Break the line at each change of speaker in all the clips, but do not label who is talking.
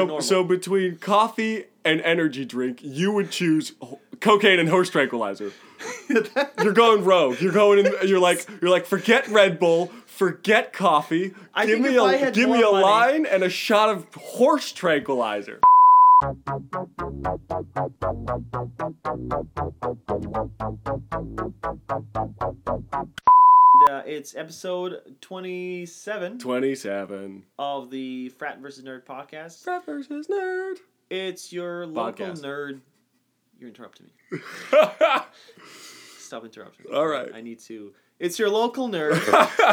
So, so between coffee and energy drink, you would choose ho- cocaine and horse tranquilizer. you're going rogue. You're going. In, you're like. You're like. Forget Red Bull. Forget coffee.
I
give
think
me
if
a
I had
give
more
me a
money-
line and a shot of horse tranquilizer.
Uh, it's episode 27
Twenty-seven.
of the Frat versus Nerd podcast.
Frat versus nerd.
It's your local
Podcast.
nerd. You're interrupting me. Stop interrupting. me.
All right.
I need to. It's your local nerd,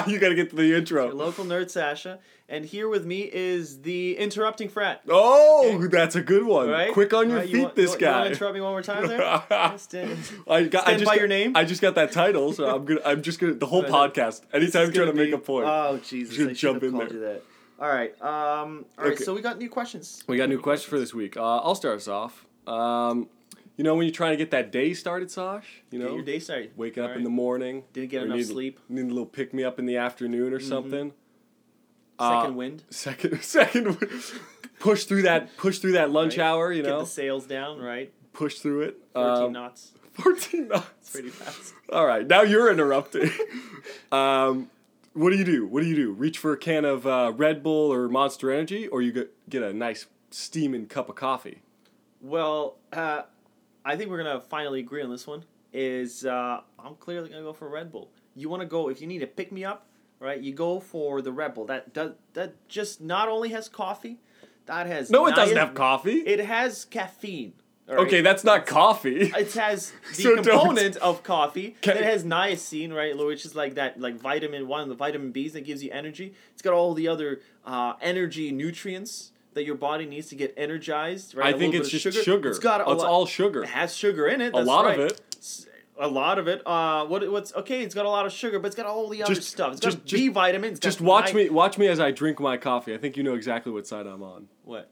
you gotta get to the
your
intro.
local nerd Sasha, and here with me is the interrupting frat.
Oh, that's a good one.
Right?
Quick on your
Right,
feet,
you wa-
this
you, wa- You
guy.
want to interrupt me one more time there? Yes, Dan.
I got, I
Stand
just
by
got-
your name?
I just got that title, so I'm gonna. I'm just gonna. The whole
Right.
podcast. Anytime
It's
you're trying to
gonna
make a
be-
point.
Oh Jesus!
should
I should
jump
have
in
called
there.
you that. All right. Um. All right.
Okay.
So we got new questions.
we got a new question for this week. Uh, I'll start us off. Um, you know when you're trying to get that day started, Sash. You know,
Get your day started.
waking
All
up in the
right.
morning.
Didn't get
or
enough
need-
sleep. Mm-hmm.
Need a little pick me up in the afternoon or something. uh,
second wind.
Second, second, push through that. Push through that lunch
Right.
hour. You
Get
know,
the sails down. Right.
push through it.
Fourteen
Um,
knots.
14 knots.
Pretty fast.
All right, now you're interrupting. um, what do you do? What do you do? Reach for a can of uh, Red Bull or Monster Energy, or you get, get a nice steaming cup of coffee?
Well, uh, I think we're gonna finally agree on this one. Is uh, I'm clearly gonna go for Red Bull. You want to go if you need to pick me up, right? You go for the Red Bull. That does that just not only has coffee, that has
No, it doesn't
nia-
have coffee.
It has caffeine. all right?
Okay, that's not coffee.
it has the
So don't-
component of coffee.
Ca-
Then it has niacin, right, which is like that, like vitamin one, the vitamin B's that gives you energy. It's got all the other uh, energy nutrients that your body needs to get energized. Right,
I
A
think
little
it's
bit of
just sugar.
It's got a
It's
lot-
all sugar.
It has sugar in it.
A
that's
lot
right.
of it.
S- A lot of it. Uh, what what's okay? It's got a lot of sugar, but it's got all the other
Just-
stuff. It's
just-
got B
just-
vitamins. it's got
Just watch
ni-
me. Watch me as I drink my coffee. I think you know exactly what side I'm on.
What?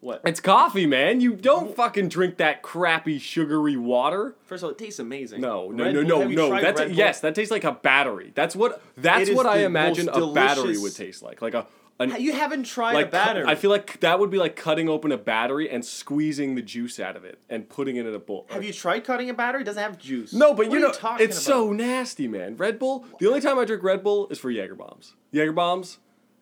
What?
It's coffee, man. You don't fucking drink that crappy sugary water.
First of all, it tastes amazing.
No, no,
Red
no,
Bull-
no,
have you
no.
tried
That's
Red Bull?
yes, that tastes like a battery. That's what that's
It is
what I
the
imagine
most
a battery
delicious-
would taste like. Like a an,
You haven't tried
like
a battery.
I feel like that would be like cutting open a battery and squeezing the juice out of it and putting it in a bowl.
Have you tried cutting a battery? It doesn't have juice.
No, but
What
you
are
know
talking
it's
about?
so nasty, man. Red Bull. The only time I drink Red Bull is for Jaeger bombs. Jaeger bombs.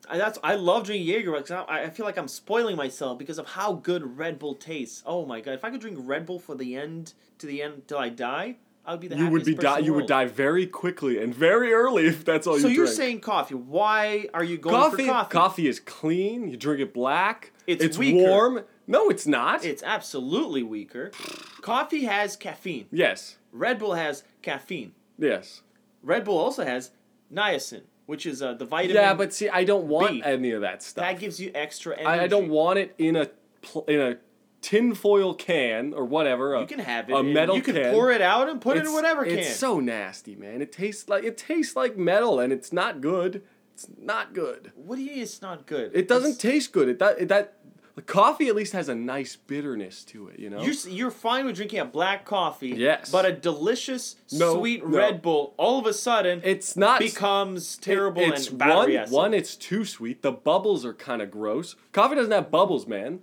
I, that's I love drinking Jaeger because I, I feel like I'm spoiling myself because of how good Red Bull tastes. Oh my god! If I could drink Red Bull for the end to the end till I die, I would be the
You would
happiest
be
person
die.
in the
You would
world.
die very quickly and very early if that's all
So
you
you're
drink.
saying coffee? Why are you going
coffee,
for coffee?
coffee is clean. You drink it black.
It's
it's
weaker.
warm. No, it's not.
It's absolutely weaker. coffee has caffeine.
yes.
Red Bull has caffeine.
Yes.
Red Bull also has niacin, which is uh, the vitamin
Yeah, but see, I don't want
B.
any of that stuff.
that gives you extra energy.
I, I don't want it in a pl- in a tinfoil can or whatever. A,
You can have it.
a
in-
metal
You can
can.
pour it out and put it
It's-
in whatever can.
It's so nasty, man. It tastes like it tastes like metal, and it's not good. It's not good.
What do you mean it's not good?
It doesn't
It's-
taste good. It that it, that the coffee at least has a nice bitterness to it. You know.
you're, s- you're fine with drinking a black coffee.
Yes.
But a delicious,
No,
sweet
no.
Red Bull all of a sudden
it's not
becomes terrible
it- it's
and
one
battery acid.
one. It's too sweet. The bubbles are kind of gross. Coffee doesn't have bubbles, man.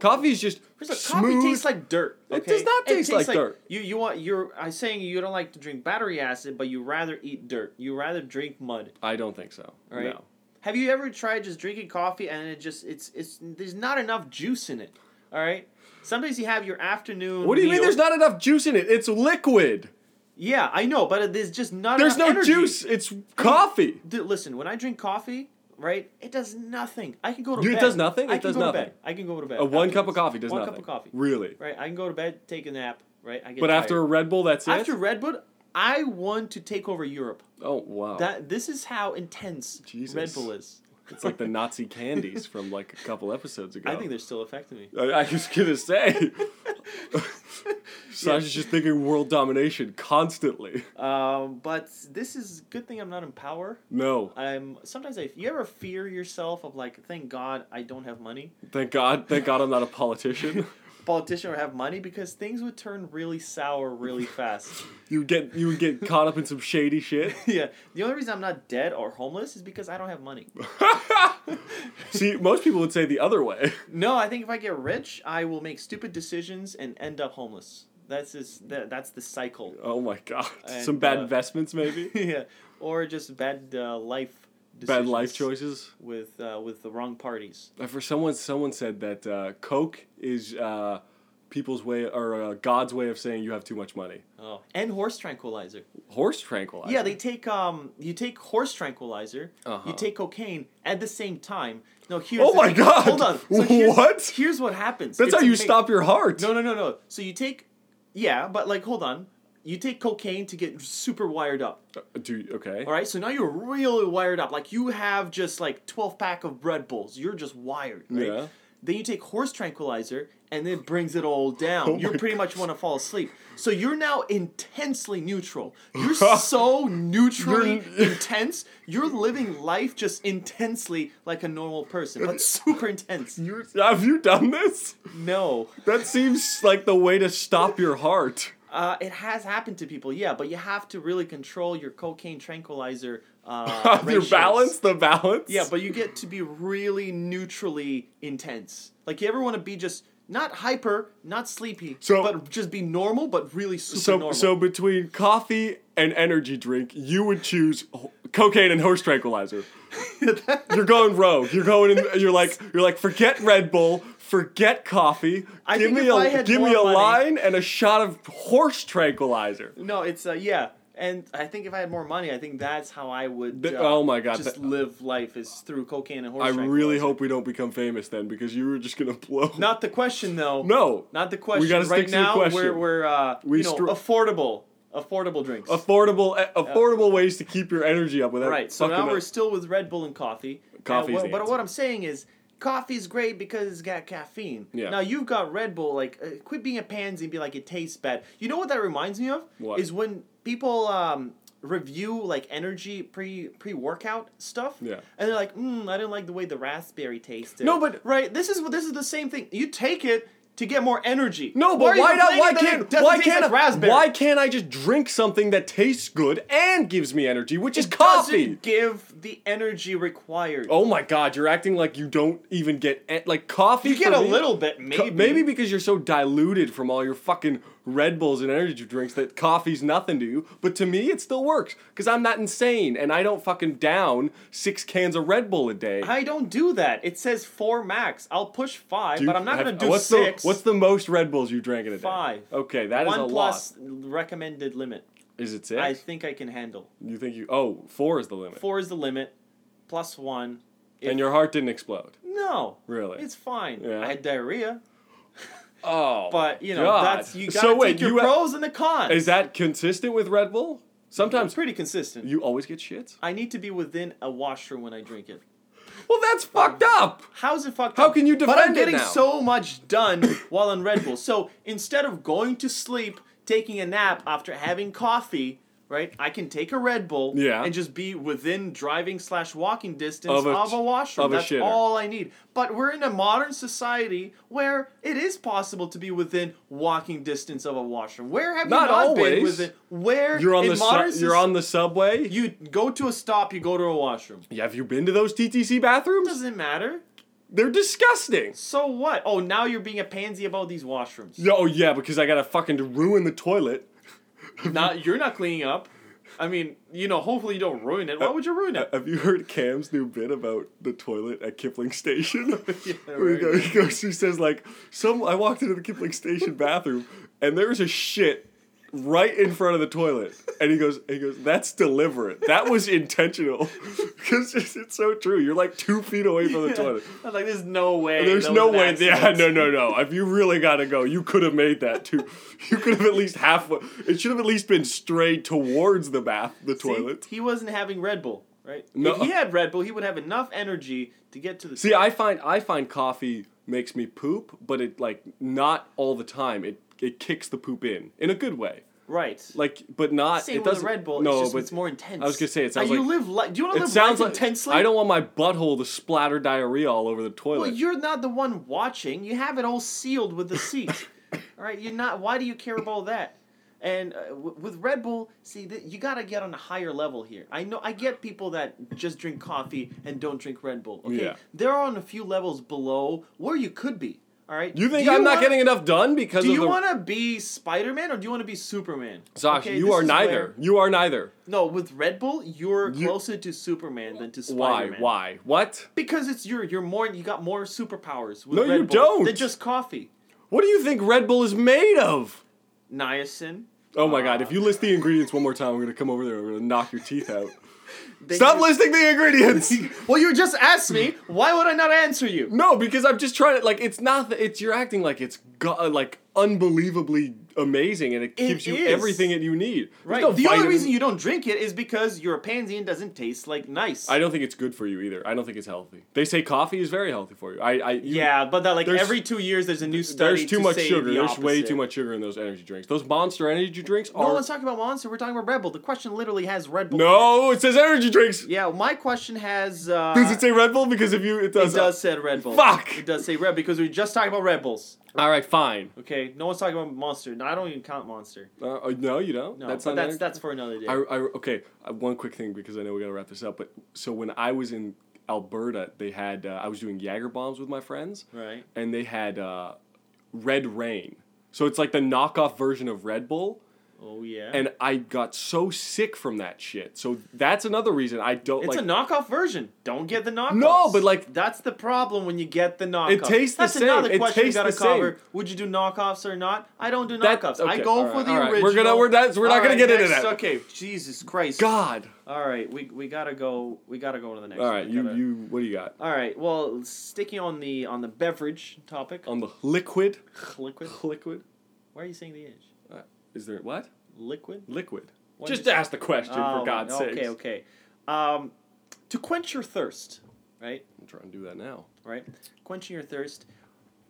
Coffee is just
Here's a-
smooth.
coffee tastes like dirt.
It
okay?
does not taste
tastes
like dirt.
You you want you're I'm saying you don't like to drink battery acid, but you rather eat dirt. You rather drink mud.
I don't think so.
Right.
No.
Have you ever tried just drinking coffee and it just it's it's there's not enough juice in it. All right. Sometimes you have your afternoon.
What do you mean
meal-
there's not enough juice in it? It's liquid.
Yeah, I know, but there's just not.
There's no
enough energy.
juice. It's coffee.
Dude, listen, when I drink coffee, right, it does nothing. I can go to
Dude, it
bed.
does nothing?
I
It
can
does
go
nothing.
To bed. I can go to bed.
A one cup of
afterwards.
coffee does
one
nothing.
cup of coffee.
Really.
Right, I can go to bed, take a nap, right? I get
But after a
tired.
Red Bull, that's it.
after Red Bull, I want to take over Europe.
oh wow.
That this is how intense
Jesus.
Red Bull is.
it's like the Nazi candies from like a couple episodes ago.
I think they're still affecting me.
I, I was gonna say. Sasha's just thinking world domination constantly.
Um, but this is good thing I'm not in power.
No,
I'm sometimes I you ever fear yourself of like thank God I don't have money.
thank God, thank God, I'm not a politician.
politician or have money because things would turn really sour really fast.
You get you would get caught up in some shady shit.
yeah. The only reason I'm not dead or homeless is because I don't have money.
See, most people would say the other way.
No, I think if I get rich, I will make stupid decisions and end up homeless. That's just that, that's the cycle.
Oh my god,
And,
some bad
uh,
investments maybe,
yeah. Or just bad uh, life
bad life
decisions
choices.
with uh, with the wrong parties.
Uh, For someone, someone said that uh, coke is uh, people's way or uh, God's way of saying you have too much money.
Oh. And horse tranquilizer.
Horse tranquilizer.
Yeah, they take um you take horse tranquilizer,
Uh-huh.
you take cocaine at the same time. No, here's
Oh
the
my
thing.
God!
Hold on. So here's,
What?
Here's what happens.
That's
It's
how you
amazing.
stop your heart.
No, no, no, no. So you take yeah, but like hold on. You take cocaine to get super wired up.
Uh, Do okay.
All right, so now you're really wired up. Like you have just like 12 pack of bread Bulls. You're just wired, right?
Yeah.
Then you take horse tranquilizer and it brings it all down.
Oh
you
my
pretty much want to fall asleep. So you're now intensely neutral. You're so neutrally intense. You're living life just intensely like a normal person, but super intense.
You, have you done this?
No.
That seems like the way to stop your heart.
Uh, it has happened to people, yeah, but you have to really control your cocaine tranquilizer. Uh,
your
ratios.
balance, the balance.
Yeah, but you get to be really neutrally intense. Like you ever want to be just not hyper, not sleepy,
So-
but just be normal, but really super
so
normal.
so between coffee and energy drink, you would choose ho- cocaine and horse tranquilizer. you're going rogue. You're going in. You're like you're like forget Red Bull, forget coffee.
I
give
think
me
if
a
I had
give me a
more money-
line and a shot of horse tranquilizer.
no, it's uh, yeah, and I think if I had more money, I think that's how I would.
Th-
Uh,
oh my God,
just
that-
live life is through cocaine and horse.
I really
tranquilizer.
hope we don't become famous then, because you were just gonna blow.
Not the question though.
no,
not the question.
gotta
right
stick to the
now
question.
we're we're uh,
We
you know
stru-
affordable affordable drinks.
affordable eh, affordable ways to keep your energy up without
Right. So
fucking
now we're
up.
still with Red Bull and coffee. And
Coffee's
what-
the
but
answer.
what I'm saying is, coffee's great because it's got caffeine.
Yeah.
Now you've got Red Bull. Like, uh, quit being a pansy and be like, it tastes bad. You know what that reminds me of?
What?
Is when people um, review like energy pre pre workout stuff.
Yeah.
And they're like, mm, I didn't like the way the raspberry tasted.
No, but-
right. This is what this is the same thing. You take it. To get more energy.
No, but
are you
why not?
complaining
Why
that it
can't?
doesn't
Why
taste
can't?
like raspberry?
why can't I just drink something that tastes good and gives me energy, which is coffee?
Doesn't give the energy required.
Oh my god, you're acting like you don't even get en- like coffee.
You get
for
a
me-
little bit,
co-
maybe.
maybe because you're so diluted from all your fucking Red Bulls and energy drinks that coffee's nothing to you. But to me, it still works because I'm not insane and I don't fucking down six cans of Red Bull a day.
I don't do that. It says four max. I'll push five,
You
but I'm not
have-
gonna do
what's
six.
The, what's the most Red Bulls you drank in a day?
Five.
Okay, that is
one
a
plus recommended limit?
lot. Is it six?
I think I can handle.
you think you? Oh, four is the limit.
Four is the limit, plus one.
and your heart didn't explode.
No,
Really?
it's fine.
Yeah.
I had diarrhea,
Oh,
but you know
God.
that's you gotta
So wait,
take your
you ha-
pros and the cons.
is that consistent with Red Bull?
It's
Sometimes
pretty consistent.
you always get shits.
I need to be within a washroom when I drink it.
Well, that's fucked up.
How's it fucked
How
up?
can you
But I'm
defend it
getting
now?
so much done while on Red Bull. So instead of going to sleep, taking a nap after having coffee, right? I can take a Red Bull
Yeah.
and just be within driving slash walking distance of
Of
a,
a-
washroom.
of a
That's
shitter.
all I need. But we're in a modern society where it is possible to be within walking distance of a washroom. Where have
Not
you not been
always.
within? Where
You're on
in
the
modern
su- you're on the subway.
you go to a stop, you go to a washroom.
Yeah, have you been to those TTC bathrooms?
Doesn't matter.
They're disgusting.
So what? Oh, now you're being a pansy about these washrooms.
Yo, oh yeah, because I gotta fucking ruin the toilet.
Now you're not cleaning up. I mean, you know, hopefully you don't ruin it. Why would you ruin it?
Have you heard Cam's new bit about the toilet at Kipling Station? Where he,
right.
goes, he goes, he says like, some. I walked into the Kipling Station bathroom, and there was a shit right in front of the toilet, and he goes, he goes, that's deliberate. That was intentional, because it's, it's so true. You're like two feet away from the toilet.
I'm like, there's no way.
There's
that
no
was an
way. Yeah,
accident.
no, no, no. If you really gotta go, you could have made that too. You could have at least halfway. It should have at least been straight towards the bath, the
See,
toilet.
He wasn't having Red Bull, right?
No.
If he had Red Bull, he would have enough energy to get to the.
See, I find I find coffee makes me poop, but it like not all the time. It it kicks the poop in in a good way.
Right.
Like, but not.
Same
it
with
doesn't.
the Red Bull.
No,
it's just,
but
it's more intense.
I was gonna say, it
Now,
sounds
you
like-
live li- Do you want to
it
live
sounds
life
like
intensely?
I don't want my butthole to splatter diarrhea all over the toilet.
Well, you're not the one watching. You have it all sealed with the seat. all right, you're not. Why do you care about that? And uh, w- with Red Bull, see, th- you gotta get on a higher level here. I know, I get people that just drink coffee and don't drink Red Bull. Okay,
Yeah.
they're on a few levels below where you could be. All right.
You think
Do
I'm not
wanna-
getting enough done because
Do
of
you
the
want to be Spider Man or do you want to be Superman?
Josh,
Okay,
you
this
are
is
neither.
where-
You are neither.
no, with Red Bull, you're
You-
closer to Superman than to
Why?
Spider Man.
Why? What?
Because it's your you're more you got more superpowers with
No,
Red
you
Bull
don't.
than just coffee.
What do you think Red Bull is made of?
Niacin.
Oh my god, if you list the ingredients one more time, I'm gonna come over there and I'm gonna knock your teeth out.
Then
Stop
you-
listing the ingredients!
Well, you just asked me. Why would I not answer you?
no, because I'm just trying to, like, it's not, that it's, you're acting like it's, go- uh, like, unbelievably amazing and it,
It
gives you
is.
everything that you need. There's
Right.
no
the only
vitamins.
reason you don't drink it is because your pansian doesn't taste like nice.
I don't think it's good for you either. I don't think it's healthy. They say coffee is very healthy for you. I, I you-
yeah, but that like
There's-
every two years there's a new study.
There's too
to
much
say
sugar.
the
There's way
opposite.
too much sugar in those energy drinks. Those Monster energy drinks
No
are
one's talking about Monster. We're talking about Red Bull. The question literally has Red Bull.
No, it says energy drinks.
Yeah, my question has. Uh,
Does it say Red Bull? Because if you, it
it
does.
does said Red Bull.
Fuck!
It does say Red because we were just talking about Red Bulls.
All right, fine.
Okay, no one's talking about Monster. No, I don't even count Monster.
Uh, uh, no, you don't.
No, that's but that's
energy-
that's for another day.
I, I, okay, uh, one quick thing because I know we gotta wrap this up. But so when I was in Alberta, they had uh, I was doing Jager bombs with my friends,
right.
and they had uh, Red Rain. So it's like the knockoff version of Red Bull,
Oh yeah.
and I got so sick from that shit. So that's another reason I don't
it's
uh, like.
a knockoff version. Don't get the knockoff.
but, like-
that's the problem when you get the knockoff.
tastes the
that's
same.
another
It
question
tastes
you gotta
the same.
cover. Would you do knockoffs or not? I don't do
That-
knockoffs. I
okay,
go
alright,
for the
alright.
original.
We're gonna- we're not- we're not gonna
Alright,
get into
next,
that.
Okay, Jesus Christ.
God.
All right, we, we gotta go. We gotta go to the next.
All
one.
right,
We
you
gotta-
you what do you got
All right. Well, sticking on the on the beverage topic,
on the liquid?
liquid.
Liquid.
Why are you saying the edge?
Uh, is there what?
Liquid.
Liquid.
What
Just
is-
ask the question for God's
okay,
sake.
Okay, okay. Um, to quench your thirst, right?
I'm trying to do that now.
Right. Quenching your thirst.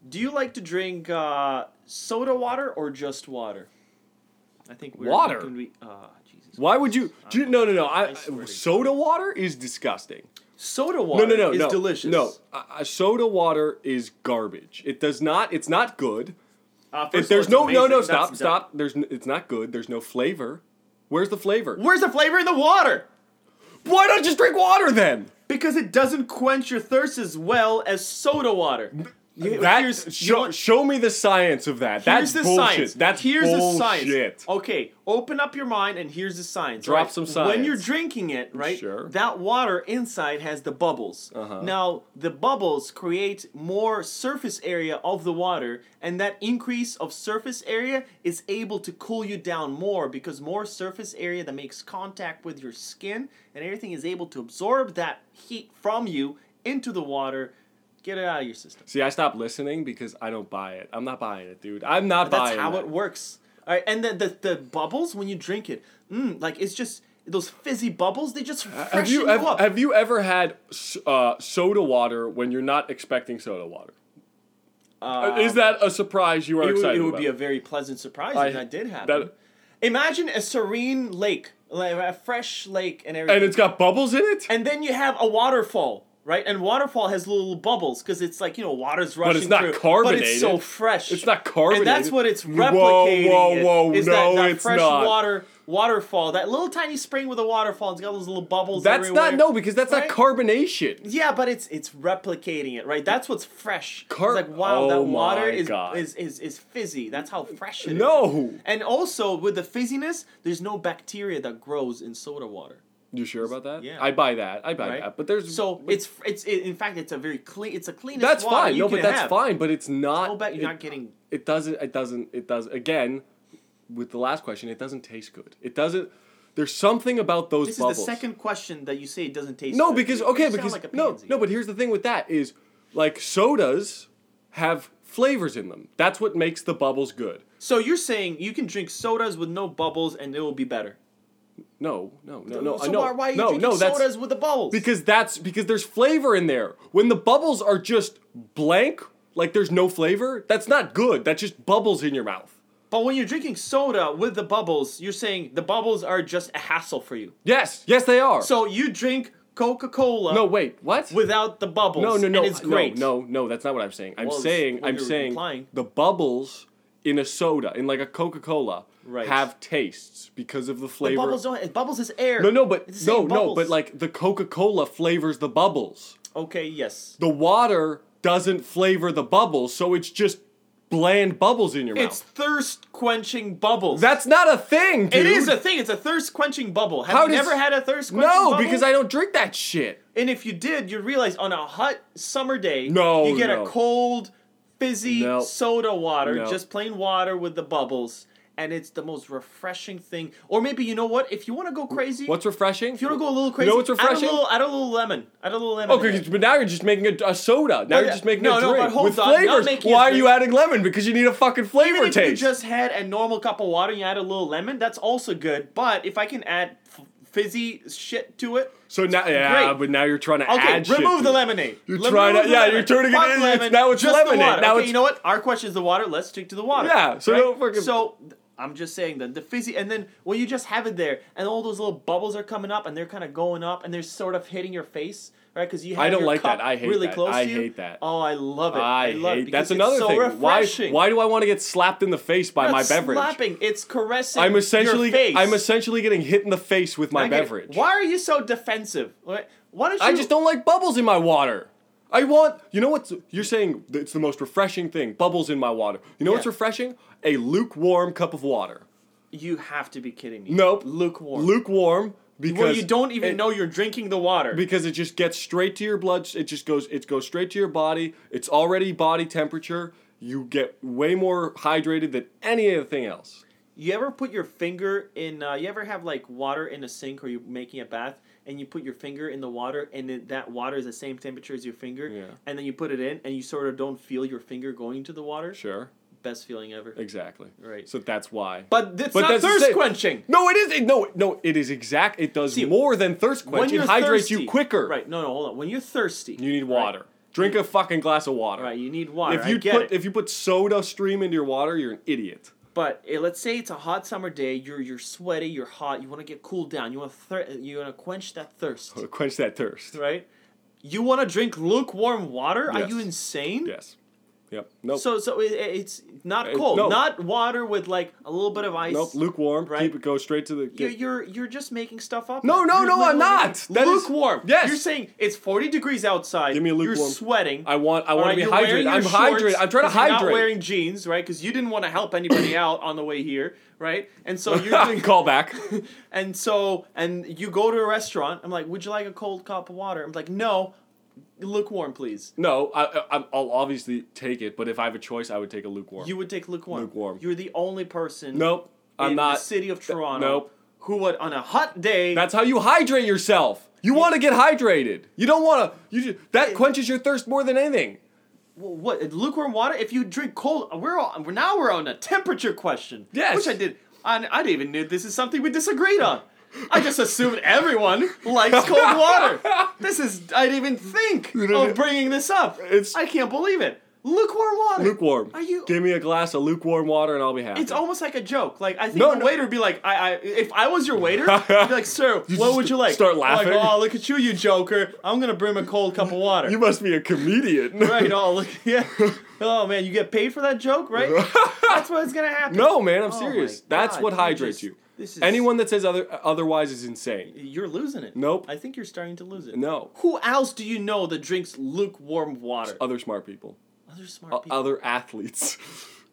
Do you like to drink uh, soda water or just water? I think we're
Water.
Can we, uh, Jesus.
Why would you? Do you no, no, no.
I
I,
swear to
soda water is disgusting.
Soda
No,
water
no, no,
is
no.
delicious.
No, uh, uh, soda water is garbage. It does not. It's not good.
Uh, first
If
of
there's no,
all, it's
no, no.
amazing.
Stop,
That's-
stop. There's. N- it's not good. There's no flavor. Where's the flavor?
Where's the flavor in the water?
Why not just drink water then?
Because it doesn't quench your thirst as well as soda water. You-
That
here's- you
show,
want-
show me the science of that.
Here's
That's
the
bullshit.
science.
That's
here's
bullshit.
the science. Okay, open up your mind and here's the science.
Drop
right?
some
When
science.
you're drinking it, right?
Sure.
That water inside has the bubbles.
Uh-huh.
Now the bubbles create more surface area of the water, and that increase of surface area is able to cool you down more because more surface area that makes contact with your skin and everything is able to absorb that heat from you into the water. Get it out of your system.
See, I stopped listening because I don't buy it. I'm not buying it, dude. I'm not
But
buying.
that's how
that.
it works. All right, and the, the the bubbles when you drink it, mm, like it's just those fizzy bubbles. They just freshen
Uh, Have you,
you,
have,
up.
have you ever had s- uh, soda water when you're not expecting soda water? Uh,
Um,
Is that a surprise you are
it would,
excited
it would
about?
be a very pleasant surprise
I-
if that did happen.
that-
Imagine a serene lake, like a fresh lake, and everything.
and it's got bubbles in it,
and then you have a waterfall, right? And waterfall has little bubbles because it's like you know water's rushing.
it's not
through, But it's so
carbonated.
fresh.
It's not carbonated.
And that's what it's
Whoa,
replicating.
whoa, whoa,
it, is
no,
that, that
it's
fresh
not.
water waterfall, that little tiny spring with a waterfall. It's got those little bubbles.
that's
everywhere.
not no because that's
Right?
not carbonation.
Yeah, but it's it's replicating it, right? That's what's fresh.
Car-
it's like wow, that
Oh
water
my
is,
God.
is is is fizzy. That's how fresh it is.
No.
And also with the fizziness, there's no bacteria that grows in soda water.
You sure about that?
Yeah.
I buy that. I buy
Right?
that. But there's
So
but
it's it's it, in fact it's a very clean it's a cleanest
that's
water
fine.
you
No,
can
but that's
have.
fine. But it's not.
I'll bet you're
it,
not getting
it doesn't. It doesn't. It does. Again, with the last question, it doesn't taste good. It doesn't. There's something about those
This
bubbles.
is the second question that you say it doesn't taste
No,
good.
because
You
okay,
sound
because
like a
no,
pansy.
no. But here's the thing with that is, like sodas have flavors in them. That's what makes the bubbles good.
So you're saying you can drink sodas with no bubbles and it will be better.
No, no, no, no. I
so
know.
why, why are you
no,
drinking
no, that's,
sodas with the bubbles?
Because that's because there's flavor in there. When the bubbles are just blank, like there's no flavor, that's not good. That's just bubbles in your mouth.
But when you're drinking soda with the bubbles, you're saying the bubbles are just a hassle for you.
Yes, yes, they are.
So you drink Coca Cola
no, wait, what?
without the bubbles.
no, no, no,
And it's great.
no, no, no. That's not what I'm saying. I'm
Well, it's
saying,
what
I'm
you're
saying,
implying.
the bubbles in a soda, in like a Coca Cola,
Right.
have tastes because of the
The
flavor.
bubbles don't. Bubbles is air.
no, no, but
It's the
no,
same
no, but
bubbles.
like the Coca Cola flavors the bubbles.
Okay, yes.
The water doesn't flavor the bubbles, so it's just bland bubbles in your
It's
mouth.
thirst quenching bubbles.
That's not a thing, dude.
It is a thing. It's a thirst quenching bubble. Have
How
you
does-
never had a thirst quenching
no,
bubble?
because I don't drink that shit.
And if you did, you'd realize on a hot summer day,
No,
you get
no.
a cold, fizzy
No.
soda water,
No.
just plain water with the bubbles, and it's the most refreshing thing. Or maybe you know what? If you want to go crazy,
What's refreshing?
if you want to go a little crazy,
You know what's refreshing?
Add a little, add a little lemon. Add a little lemon. in
Okay,
there.
Oh, 'cause- but now you're just making a, a soda. Now
But-
you're just making
Oh, no,
a
no,
drink
but hold
with
on, not
flavors.
making a
Why are you
drink.
adding lemon? Because you need a fucking flavor
even if you
taste.
just had a normal cup of water and you add a little lemon, that's also good. But if I can add f- fizzy shit to it,
so now, yeah,
great.
but now you're trying to
Okay,
add shit
remove
to
the
it.
lemonade.
You're
Let-
trying to-
remove the
yeah,
lemon.
you're turning it
Fuck
in, it's- now it's
just
lemonade.
The water.
Now
okay,
it's-
you know what? Our question is the water. Let's stick to the water.
Yeah, so don't fucking-
So th- I'm just saying that the fizzy, and then well, you just have it there, and all those little bubbles are coming up, and they're kind of going up, and they're sort of hitting your face, right? Because you have
I don't
your
like
cup
that. I hate
really
that.
close
I
to you.
hate that.
Oh, I love it.
I,
I, love it
hate
because
that's
it's
another
so
thing.
Refreshing.
Why? Why do I want to get slapped in the face by
It's
my
not
beverage?
Slapping. It's caressing.
I'm
your
essentially
face.
I'm essentially getting hit in the face with my
I get it.
beverage.
Why are you so defensive? Why why don't you?
I just don't like bubbles in my water. I want you know what's you're saying that it's the most refreshing thing bubbles in my water. You know what's
Yeah.
refreshing? A lukewarm cup of water.
You have to be kidding me.
Nope.
Lukewarm.
Lukewarm because
Well, you don't even
it-
know you're drinking the water.
because it just gets straight to your blood. It just goes. It goes straight to your body. It's already body temperature. You get way more hydrated than anything else.
you ever put your finger in, uh, you ever have like water in a sink or you're making a bath and you put your finger in the water and it, that water is the same temperature as your finger
Yeah.
and then you put it in and you sort of don't feel your finger going to the water?
Sure.
Best feeling ever.
Exactly.
Right.
So that's why.
But it's
But
not
that's the
thirst
same-
quenching.
no, it is. it- no, no. It is exact. It does
See,
more than thirst quench. It hydrates you
thirsty-
quicker.
Right, no, no, hold on. When you're thirsty.
You need
right,
water. Drink a fucking glass of water.
Right, you need water.
If you
I get
put
it.
if you put soda stream into your water, you're an idiot.
But eh, let's say it's a hot summer day. You're you're sweaty. You're hot. You want to get cooled down. You want to thir- you want to quench that thirst,
Quench that thirst.
right? You want to drink lukewarm water? Are
Yes.
you insane?
Yes. Yep. Nope.
So so it, it- it's not
Eh,
cold.
no.
Not water with like a little bit of ice.
nope. Lukewarm.
Right.
Keep it. Go straight to the.
You're,
Get,
you're you're just making stuff up.
No,
now.
no,
You're
no, I'm
literally-
not. That is-
lukewarm.
Yes.
You're saying it's 40 degrees outside.
Give me a
You're
lukewarm.
sweating.
I want. I want
Alright,
to be
you're wearing
hydrated.
your
I'm
shorts
hydrated. I'm trying to
'cause you're
hydrate.
Not wearing jeans, right? Because you didn't want to help anybody out on the way here, right? And so you're doing
Call back.
And so, and you go to a restaurant. I'm like, would you like a cold cup of water? I'm like, no, lukewarm, please.
No, I, I, I'm- I'll obviously take it, but if I have a choice, I would take a lukewarm.
You would take lukewarm.
Lukewarm.
You're the only person.
nope, I'm
in
not.
The city of Toronto.
nope.
Who would on a hot day?
That's how you hydrate yourself. You want to get hydrated. You don't want to. You ju- that quenches your thirst more than anything.
Wh- what lukewarm water? If you drink cold, we're all, we're now we're on a temperature question.
Yes.
Which I did. I, I didn't even knew this is something we disagreed on. I just assumed everyone likes cold water. This is I didn't even think
didn't-
of bringing this up.
It's-
I can't believe it. Lukewarm water.
Lukewarm.
Are you-
Give me a glass of lukewarm water and I'll be happy.
It's almost like a joke. Like I think
No,
the
no.
waiter would be like, I, I, if I was your waiter, I'd be like, sir, what
just
would you like?
start
I'm like,
laughing.
oh, look at you, you joker! I'm gonna bring him a cold cup of water.
You must be a comedian.
right? Oh, look, yeah. Oh man, you get paid for that joke, right? That's what's gonna happen.
no, man, I'm
Oh my
serious. That's
God,
what
you
hydrates
just-
you.
This is
Anyone that says other otherwise is insane.
You're losing it.
Nope.
I think you're starting to lose it.
No.
Who else do you know that drinks lukewarm water?
Other smart people.
Other smart
O-
people.
Other athletes.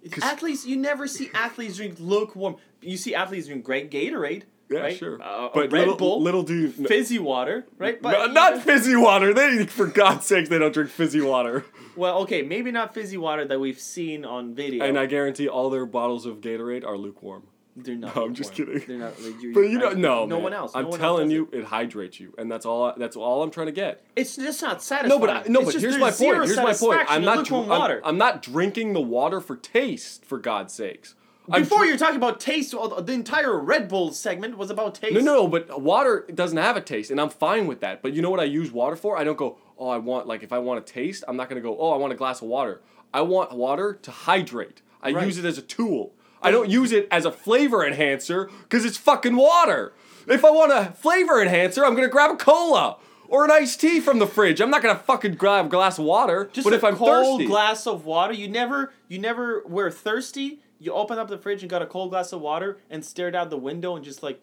uh, 'Cause-
Athletes, you never see athletes drink lukewarm. You see athletes drink great Gatorade.
Yeah,
right?
sure.
Uh,
but
but Red
little,
Bull,
little do you. kn-
fizzy water, right?
No,
you
not
know-
fizzy water. They, for God's sakes, they don't drink fizzy water.
well, okay, maybe not fizzy water that we've seen on video.
And I guarantee all their bottles of Gatorade are lukewarm.
they're not.
No, I'm just
lukewarm.
kidding.
They're not. like, you're-
But you
I-
don't know.
No
man.
one else.
I'm
no one else
telling
does it.
you, it. hydrates you, and that's all. That's all I'm trying to get.
it's just not
No,
satisfying.
but I, no,
It's
but
just
here's
there's
my point.
zero
Here's my point.
satisfaction
I'm
in
not.
lukewarm
dr- I'm-
water.
I'm, not drinking the water for taste. For God's sakes. I'm
Before
dr-
you're talking about taste, well, the entire Red Bull segment was about taste.
No, no, no. But water doesn't have a taste, and I'm fine with that. But you know what I use water for? I don't go. Oh, I want like if I want a taste, I'm not gonna go. Oh, I want a glass of water. I want water to hydrate. I
Right.
use it as a tool. I don't use it as a flavor enhancer because it's fucking water. If I want a flavor enhancer, I'm gonna grab a cola or an iced tea from the fridge. I'm not gonna fucking grab a glass of water.
Just
but
a
if I'm
cold
thirsty,
glass of water. You never, you never were thirsty. You opened up the fridge and got a cold glass of water and stared out the window and just like,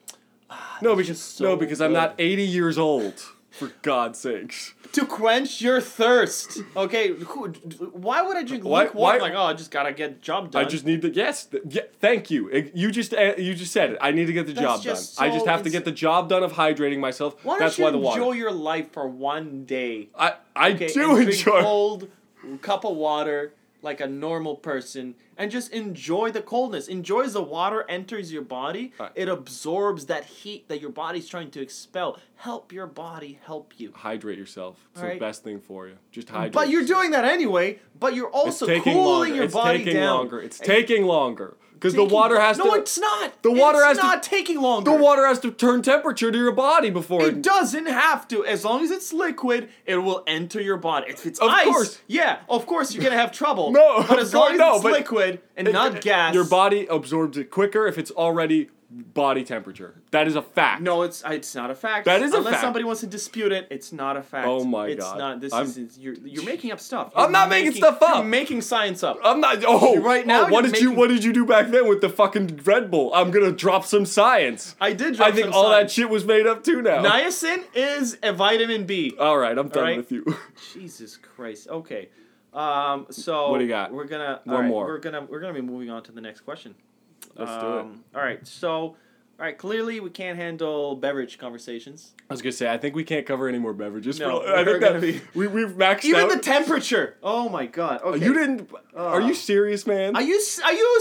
no, because
just so
no, because I'm
good.
not 80 years old. For God's sakes.
to quench your thirst. Okay, who, why would I drink
Why-
lukewarm?
why-
like, oh, I just gotta get job done.
I just need the yes. th- yeah, thank you. It- you just uh, you just said it. I need to get the
That's
job done.
just
I just
so
have to get the job done of hydrating myself.
why don't
That's
you
why the water.
enjoy your life for one day?
I I
Okay,
do
and
enjoy.
drink cold cup of water like a normal person and just enjoy the coldness. Enjoys the water enters your body.
Alright.
It absorbs that heat that your body's trying to expel. Help your body help you.
hydrate yourself. It's
Alright.
the best thing for you. Just hydrate.
But you're
yourself.
doing that anyway, but you're
It's
also
taking
cooling
longer.
your
it's
body
taking
down.
longer. It's
It-
taking longer because the
taking-
water has
no,
to.
it's not.
the water
it's
has to-
not taking longer.
the water has to turn temperature to your body before
It doesn't have to. As long as it's liquid, it will enter your body. If it's
Of
ice,
course.
yeah, of course you're gonna have trouble.
No,
but
of
as long
course-
as
no,
it's
but
liquid and
it-
not gas,
Your body absorbs it quicker if it's already body temperature. That is a fact.
No, it's it's not a fact.
That is a
unless
fact.
somebody wants to dispute it. It's not a fact.
Oh my
it's
God.
not. This
I'm-
is it's- you're you're making up stuff.
I'm
You're
not making stuff up.
You're making science up.
I'm not. Oh,
Right now
oh, what
you're
did you
making-
What did you do back then with the fucking Red Bull? I'm gonna drop some science.
I did. Drop
I think
some
all that
science.
shit was made up too now.
Niacin is a vitamin B.
all right, I'm done
right.
with you.
Jesus Christ. Okay. Um. So
What do you got?
We're gonna
One
all right,
more.
We're gonna we're gonna be moving on to the next question.
Let's do it.
Um, All right. So, all right. Clearly, we can't handle beverage conversations.
I was gonna say I think we can't cover any more beverages.
No,
for, I
we're
think that
gonna be-
we we've maxed
Even
out.
the temperature. Oh my God. Okay. Uh,
You didn't. are you serious, man?
Are you s- are you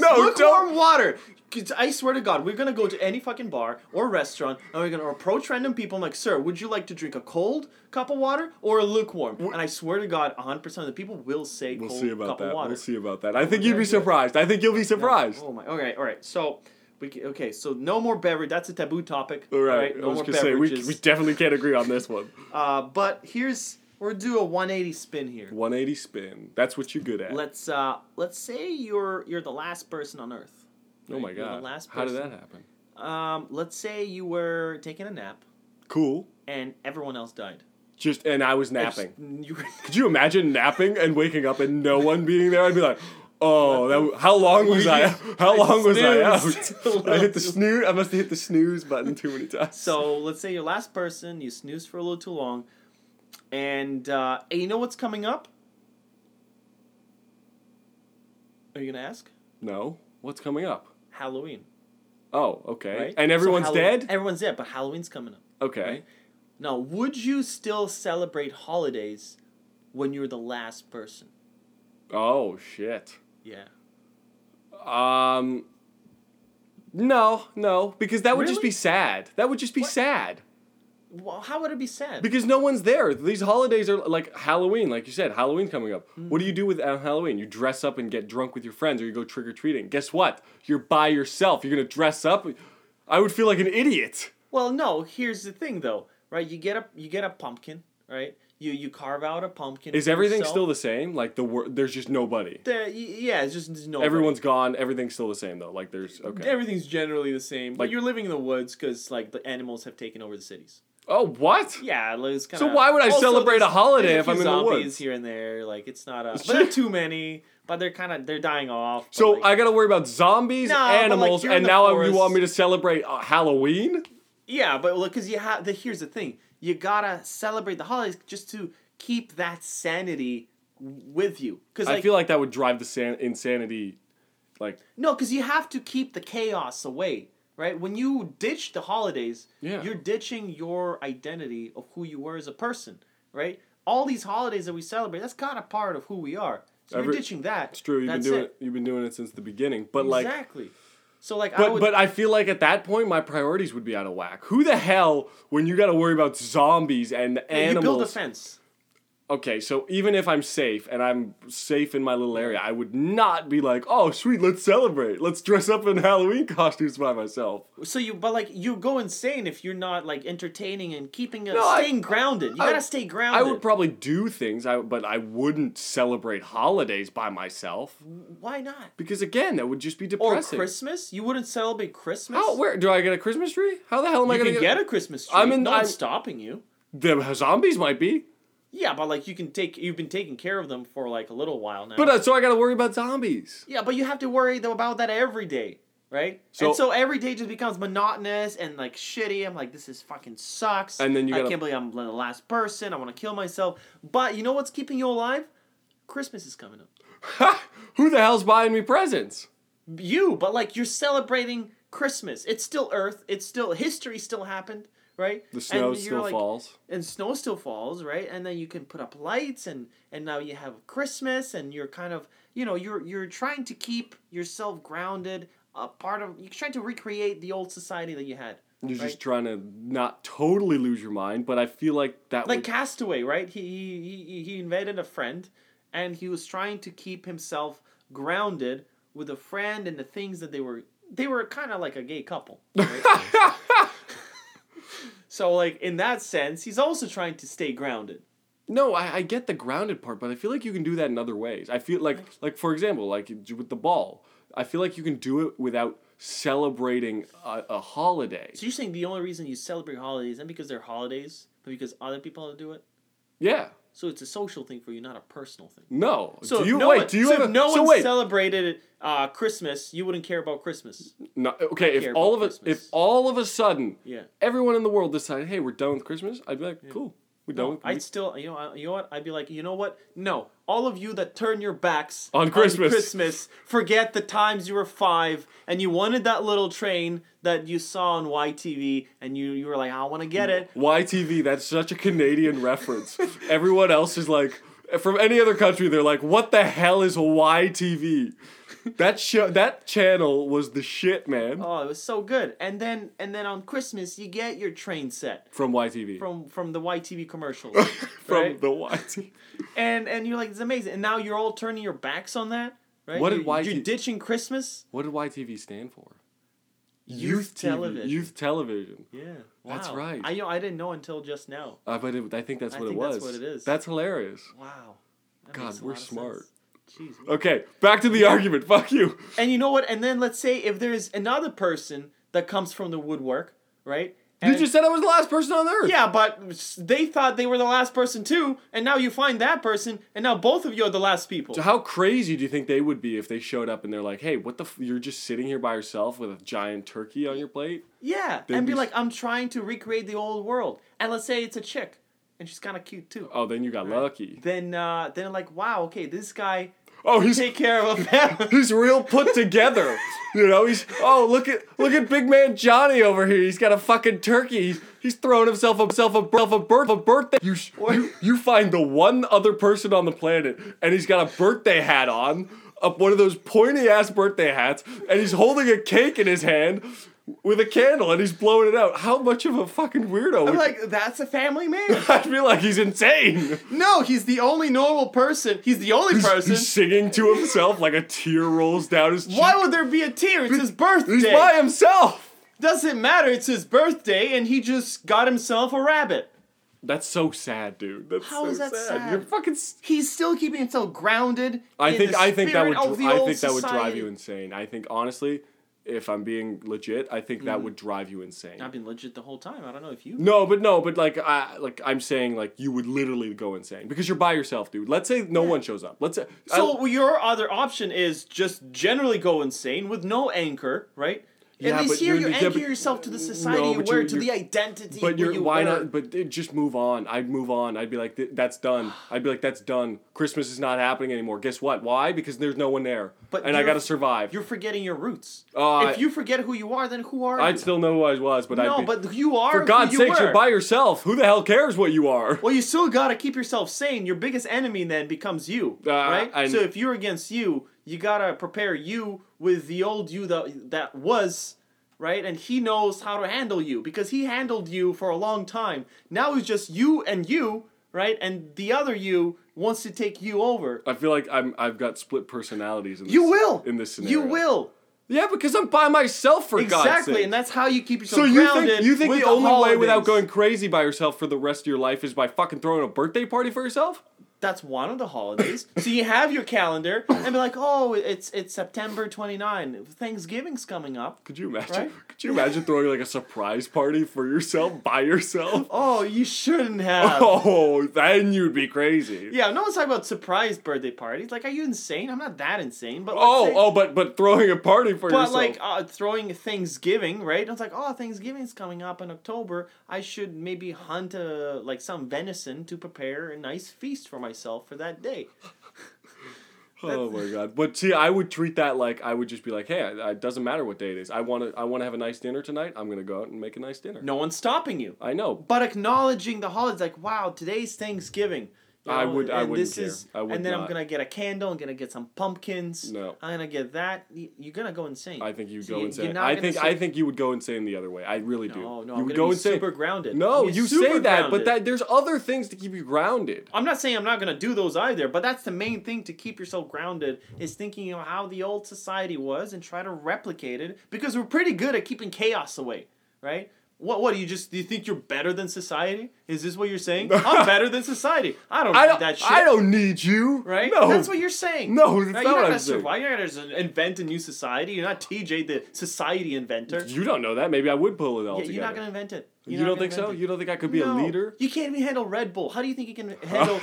No,
Lukewarm
don't-
water. 'Cause I swear to God, we're gonna go to any fucking bar or restaurant, and we're gonna approach random people. and like, sir, would you like to drink a cold cup of water or a lukewarm? And I swear to God, 100 percent of the people will say
we'll
cold
see about
cup
that.
of water.
We'll see about that. I think you'd
gonna
be
do it.
surprised. I think you'll be surprised.
Oh my. All right. All right. So. We ca okay, so no more beverage. That's a taboo topic.
all right,
No
I was
more
gonna say we,
beverages.
we definitely can't agree on this one.
uh, but here's we're gonna do a 180 spin here.
180 spin. That's what you're good at.
Let's uh, let's say you're you're the last person on Earth.
oh my
You're the
god.
last
How did
person.
that happen?
Um, let's say you were taking a nap
Cool.
and everyone else died.
Just and I was
Just-
napping.
you were-
Could you imagine napping and waking up and no one being there? I'd be like, oh, that, w- how long was I? How long was I
snoozed.
out? I hit the snooze. I must have hit the snooze button too many times.
so let's say you're last person, you snoozed for a little too long, and uh, and you know what's coming up? Are you gonna ask?
no, what's coming up?
Halloween,
Oh, okay.
right?
And
So
everyone's
Hallow-
dead.
Everyone's dead, but Halloween's coming up.
Okay.
Right? Now, would you still celebrate holidays when you're the last person?
Oh shit.
Yeah.
Um. No, no, because that would just
Really?
be sad. That would just be sad.
Well, how would it be sad?
Because no one's there. These holidays are like Halloween, like you said, Halloween coming up. What do you do with on Halloween? You dress up and get drunk with your friends or you go trick or treating. Guess what? You're by yourself. You're going to dress up. I would feel like an idiot.
Well, no. Here's the thing, though. Right? You get a you get a pumpkin. Right? You you carve out a pumpkin.
Is everything still the same? Like the wor- there's just nobody.
The, yeah, it's just there's no.
Everyone's gone. Everything's still the same though. Like there's okay.
Everything's generally the same, but
Like-
you're living in the woods because like the animals have taken over the cities.
Oh, what?
Yeah, like, it's kind
So why would I celebrate a holiday if I'm in the woods?
Here and there, like it's not a. But there are too many. But they're kind of they're dying off. but,
So
like,
I got to worry about zombies,
No, but, like,
animals,
you're in
and
the
now I- you
forest.
want me to celebrate uh, Halloween?
Yeah, but look, because you have the here's the thing: you gotta celebrate the holidays just to keep that sanity w- with you. Because
I feel like that would drive the san- insanity like
No, because you have to keep the chaos away, right? When you ditch the holidays,
Yeah.
you're ditching your identity of who you were as a person, right? All these holidays that we celebrate, that's kind of part of who we are. So
Every-
you're ditching that.
It's true. You've
That's
been doing
it.
it. You've been doing it since the beginning. But like,
exactly. So like, I
but
would,
but I feel like at that point my priorities would be out of whack. Who the hell when you got to worry about zombies and
you
animals?
build a fence.
okay, so even if I'm safe and I'm safe in my little area, I would not be like, oh, sweet, let's celebrate. Let's dress up in Halloween costumes by myself.
So you, but like you go insane if you're not like entertaining and keeping uh,
No, I-
staying grounded. You
I-
gotta stay
I
grounded.
would probably do things, I, but I wouldn't celebrate holidays by myself
Why not?
because again, that would just be
Or
depressing.
Oh, Christmas? You wouldn't celebrate Christmas.
How? Where do I get a Christmas tree? How the hell am I
you
gonna
can get a Christmas tree.
I'm in-
no one's
I'm-
stopping you.
The zombies might be,
Yeah, but like you can take you've been taking care of them for like a little while now.
but uh, so I gotta worry about zombies.
yeah, but you have to worry though about that every day, right?
So-
and so every day just becomes monotonous and like shitty. I'm like, this is fucking sucks.
And then you
I
gotta-
can't believe I'm the last person. I want to kill myself. But you know what's keeping you alive? Christmas is coming up.
Ha! Who the hell's buying me presents?
You, but like you're celebrating Christmas. It's still Earth. It's still history. Still happened, right?
The
And
snow
you're
still
like-
falls.
and snow still falls right and then you can put up lights and and now you have christmas and you're kind of you know you're you're trying to keep yourself grounded a part of you're trying to recreate the old society that you had
You're
right?
just trying to not totally lose your mind, but I feel like that
like
would
castaway right he he he- he invited a friend and he was trying to keep himself grounded with a friend and the things that they were they were kind of like a gay couple right? so like in that sense he's also trying to stay grounded
No, I, I get the grounded part, but I feel like you can do that in other ways. I feel like, like for example, like you- with the ball, I feel like you can do it without celebrating a, a holiday.
So you're saying the only reason you celebrate holidays isn't because they're holidays, but because other people do it?
Yeah,
So it's a social thing for you, not a personal thing.
no.
So
do
if
you
no
wait?
one,
do you
so
have
if
a,
no
so
one
wait?
celebrated uh, Christmas, you wouldn't care about Christmas.
no, okay,
care
if all of
about
us, if
Christmas.
all of a sudden,
Yeah.
everyone in the world decided, hey, we're done with Christmas, I'd be like, cool, we're done. With,
I'd still, you know, I, you know what? I'd be like, you know what? No, all of you that turn your backs
On Christmas.
Christmas, forget the times you were five and you wanted that little train that you saw on YTV, and you you were like, I want to get it.
YTV, that's such a Canadian reference. Everyone else is like, from any other country, they're like, what the hell is YTV? That show, that channel was the shit, man.
Oh, it was so good. And then and then on Christmas, you get your train set.
From YTV. From,
from from the YTV commercials, right?
the YTV.
and and you're like, it's amazing. And now you're all turning your backs on that, right?
What
you,
did YT
You're ditching Christmas.
What did YTV stand for?
Youth
TV,
television.
Youth television.
Yeah,
That's right.
I you know I didn't know until just now.
Uh, but it, I think that's
I
what
think
it was.
that's what it is.
That's hilarious.
Wow. That
God,
makes a
we're
lot of
smart.
sense. Jeez.
Okay, back to the argument. Fuck you.
And you know what? And then let's say if there's another person that comes from the woodwork, right?
You
And-
just said I was the last person on earth.
Yeah, but they thought they were the last person too, and now you find that person, and now both of you are the last people.
So how crazy do you think they would be if they showed up and they're like, "Hey, what the? F- you're just sitting here by yourself with a giant turkey on your plate."
Yeah,
They'd
and be
be-
like, I'm trying to recreate the old world. And let's say it's a chick, and she's kind of cute too.
Oh, then you got lucky.
Then, uh, then like, wow, okay, this guy
Oh, he's
take care of a family.
he's real put together. you know, he's oh look at look at big man Johnny over here. He's got a fucking turkey. He's, he's throwing himself himself a birth a birth a birthday. You, sh- you you find the one other person on the planet, and he's got a birthday hat on, up one of those pointy ass birthday hats, and he's holding a cake in his hand. With a candle and he's blowing it out. How much of a fucking weirdo?
I'm
would-
like, that's a family man.
I feel like he's insane.
no, he's the only normal person. He's the only person.
He's singing to himself like a tear rolls down his cheek.
Why would there be a tear? It's his birthday.
He's by himself.
Doesn't matter. It's his birthday, and he just got himself a rabbit.
That's so sad, dude. That's
How
so
is that sad?
You're fucking. s-
He's still keeping himself grounded.
I
in
think
the
I think that would
spirit of the
dr- I
old
think that would drive
society.
you insane. I think honestly, if I'm being legit, I think
Mm.
that would drive you insane.
I've been legit the whole time. I don't know if you.
No, but no, but like I like I'm saying like you would literally go insane because you're by yourself, dude. Let's say no one shows up. Let's say I-
So your other option is just generally go insane with no anchor, right?
Yeah,
At least
but
here
you're-
you
yeah,
anchor
but-
yourself to the society
No,
you
but
wear,
you're-
to the
you're-
identity.
But you're
you
why
wear.
not? But it, just move on. I'd move on. I'd be like, "Th- that's done. I'd be like, that's done. Christmas is not happening anymore. Guess what? Why? Because there's no one there,
But
and I
you're-
gotta survive.
You're forgetting your roots.
Uh,
if
I-
you forget who you are, then who are you?
I'd still know who I was, but I'd
no,
be,
but you are.
for
who
God's
you
sakes,
were.
you're by yourself. Who the hell cares what you are?
Well, you still gotta keep yourself sane. Your biggest enemy then becomes you,
Uh,
right?
I-
so if you're against you, you gotta prepare you with the old you that that was, right? And he knows how to handle you because he handled you for a long time. Now it's just you and you, right? And the other you wants to take you over.
I feel like I'm I've got split personalities in this,
You will.
Uh, in this scenario.
You will.
Yeah, because I'm by myself for God's
Exactly,
sake.
and that's how you keep yourself
so you
grounded.
think you think
with
the only way without
holidays.
going crazy by yourself for the rest of your life is by fucking throwing a birthday party for yourself?
That's one of the holidays. so you have your calendar and be like, "Oh, it's it's September 29. Thanksgiving's coming up."
Could you imagine?
Right?
Could you imagine throwing like a surprise party for yourself by yourself?
Oh, you shouldn't have.
Oh, then you'd be crazy.
Yeah, no one's talking about surprise birthday parties. Like, are you insane? I'm not that insane, but
Oh,
let's say-
oh, but but throwing a party for
but
yourself.
like uh, throwing Thanksgiving, right? And it's like, oh, Thanksgiving's coming up in October. I should maybe hunt a, like some venison to prepare a nice feast for myself for that day.
oh my god! But see, I would treat that like I would just be like, hey, I- it doesn't matter what day it is. I want to I want to have a nice dinner tonight. I'm gonna go out and make a nice dinner.
No one's stopping you.
I know.
But acknowledging the holidays, like, wow, today's Thanksgiving. You
I would- I
and
wouldn't care. I would
and then I'm
not.
gonna get a candle. I'm gonna get some pumpkins.
No.
I'm gonna get that. Y- You're gonna go insane.
I think you'd
So
go
you- you're
insane.
not
I
gonna
think
sit-
I think you would go insane the other way. I really do.
No, no,
you
I'm
would
gonna
go
be
insane.
super grounded. I'm
No,
gonna be
you
super
say that, but
grounded.
that there's other things to keep you grounded.
I'm not saying I'm not gonna do those either, but that's the main thing to keep yourself grounded is thinking of how the old society was and try to replicate it because we're pretty good at keeping chaos away, right? What what do you just do you think you're better than society? Is this what you're saying? I'm better than society. I don't
I
need
don't.
that shit.
I don't need you.
Right?
No.
That's what you're saying.
No, that's
Right?
not what
you're not
I'm
gonna
saying.
survive. You're not gonna just invent a new society. You're not TJ the society inventor.
You don't know that. Maybe I would pull it all
Yeah,
together.
you're not gonna invent it. You're
You
not
don't
gonna
think so?
invent it.
You don't think I could be a
No.
leader?
You can't even handle Red Bull. How do you think you can handle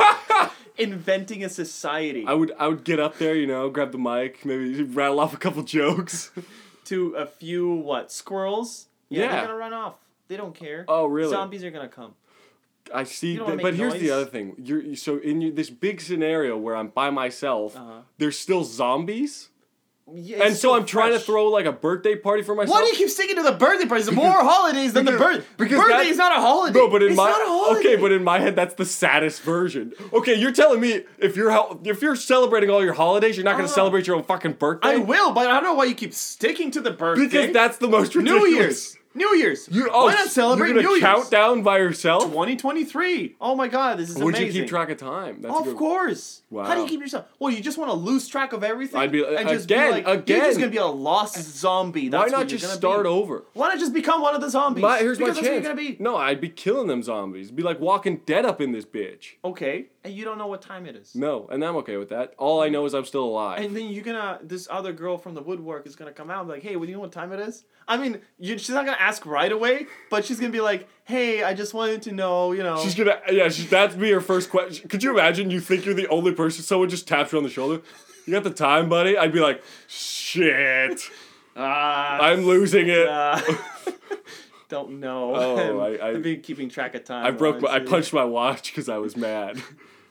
inventing a society
I would I would get up there, you know, grab the mic, maybe rattle off a couple jokes.
to a few what squirrels? Yeah,
Yeah.
they're gonna run off. They don't care.
Oh, really?
Zombies are gonna come.
I see,
You don't wanna
th- but
make
here's the
noise.
other thing. You're you- so in your, this big scenario where I'm by myself.
Uh-huh.
There's still zombies,
Yeah,
and
it's
so
so
I'm trying to
fresh.
throw like a birthday party for myself.
Why do you keep sticking to the birthday parties? There's more holidays than the
Because-
birthday.
because
birthday
that-
is not a holiday.
No, but in
it's
my
not a holiday.
okay, but in my head, that's the saddest version. Okay, you're telling me if you're hel- if you're celebrating all your holidays, you're not going to
Uh-huh.
celebrate your own fucking birthday.
I will, but I don't know why you keep sticking to the birthday.
because that's the most ridiculous.
New Year's. New Year's.
You oh,
why not celebrate
you're gonna
New
count
Year's?
down by yourself.
2023. Oh my God, this is
Would
amazing.
you keep track of time? That's a
Of
good-
course. How do
Wow.
you keep yourself? Well, you just want to lose track of everything.
I'd be-
and just
again,
be like,
again.
You're just gonna be a lost zombie. That's
Why
what
not
you're
just
gonna
start
be.
over?
Why not just become one of the zombies?
My, here's
because
my
that's
chance.
What you're gonna be.
No, I'd be killing them zombies. Be like walking dead up in this bitch.
Okay, and you don't know what time it is.
No, and I'm okay with that. All I know is I'm still alive.
And then you're gonna this other girl from the woodwork is gonna come out and be like, hey, well, do you know what time it is? I mean, you, she's not gonna ask right away, but she's gonna be like, hey, I just wanted to know, you know.
She's gonna, yeah, she, that'd be her first question. Could you imagine? You think you're the only person, someone just taps you on the shoulder. You got the time, buddy? I'd be like, shit,
Ah,
I'm losing it.
uh, don't know.
Oh, I- I-
have been keeping track of time.
I broke, my, I
honestly.
punched my watch because I was mad.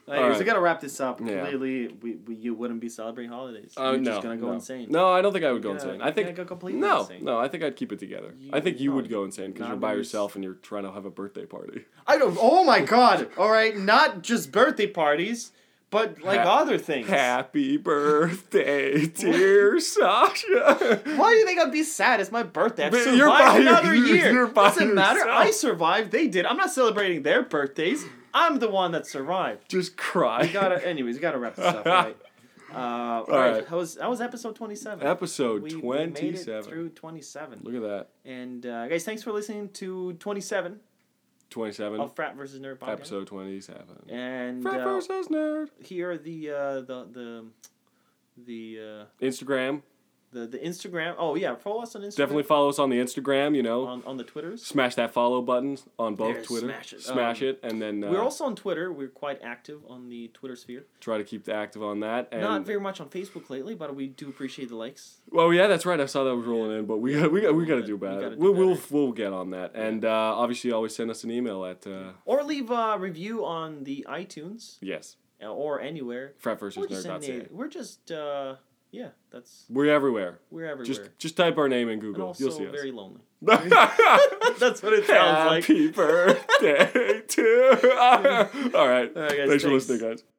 Anyways,
Alright.
we gotta wrap this up.
Yeah.
Clearly, we, we you wouldn't be celebrating holidays.
Oh
You're
no,
just gonna go
no.
insane.
No, I don't think I would go
You're gonna-
insane. I
you're
think
gonna go completely
no,
insane.
no. I think I'd keep it together. I think you
no.
would go insane because
No,
you're
I'm
by
gonna be
yourself and you're trying to have a birthday party.
I don't. Oh my god! All right, not just birthday parties, but like
Ha-
other things.
Happy birthday, dear Sasha.
Why do you think I'd be sad? It's my birthday. I've
But
survived
you're by your-
another year.
you're by
Doesn't matter.
yourself.
I survived. They did. I'm not celebrating their birthdays. I'm the one that survived.
Just cry.
We gotta. Anyways, we gotta wrap this up. Right. Uh, all right.
right.
That was that was episode twenty-seven.
Episode
We- we made it
twenty-seven.
through twenty-seven.
Look at that.
And uh, guys, thanks for listening to 27
Twenty-seven.
of Oh, Frat versus Nerd podcast.
Episode twenty-seven.
And
Frat
uh,
versus nerd.
here are the uh, the the the, uh,
Instagram.
the the Instagram. Oh yeah, follow us on Instagram.
Definitely follow us on the Instagram. You know,
on, on the Twitters.
smash that follow button on both
There's
Twitter.
smash it.
Smash
Um,
it, and then uh,
We're also on Twitter. We're quite active on the Twitter sphere.
try to keep active on that. And
Not very much on Facebook lately, but we do appreciate the likes.
Well, yeah, that's right. I saw that was rolling in, but we we got we got to do
We
better.
gotta do
We'll we'll,
better.
we'll get on that, and uh, obviously, always send us an email at uh,
Or leave a review on the iTunes
yes,
uh, or anywhere.
frat
We're
versus
just, in the-
nerd.
we're just uh, yeah, that's
We're everywhere.
we're everywhere.
Just just type our name in
and
Google.
also
You'll see
very lonely.
us.
that's what it sounds like.
Happy birthday to. All right,
All right, guys,
thanks for
thanks.
listening, guys.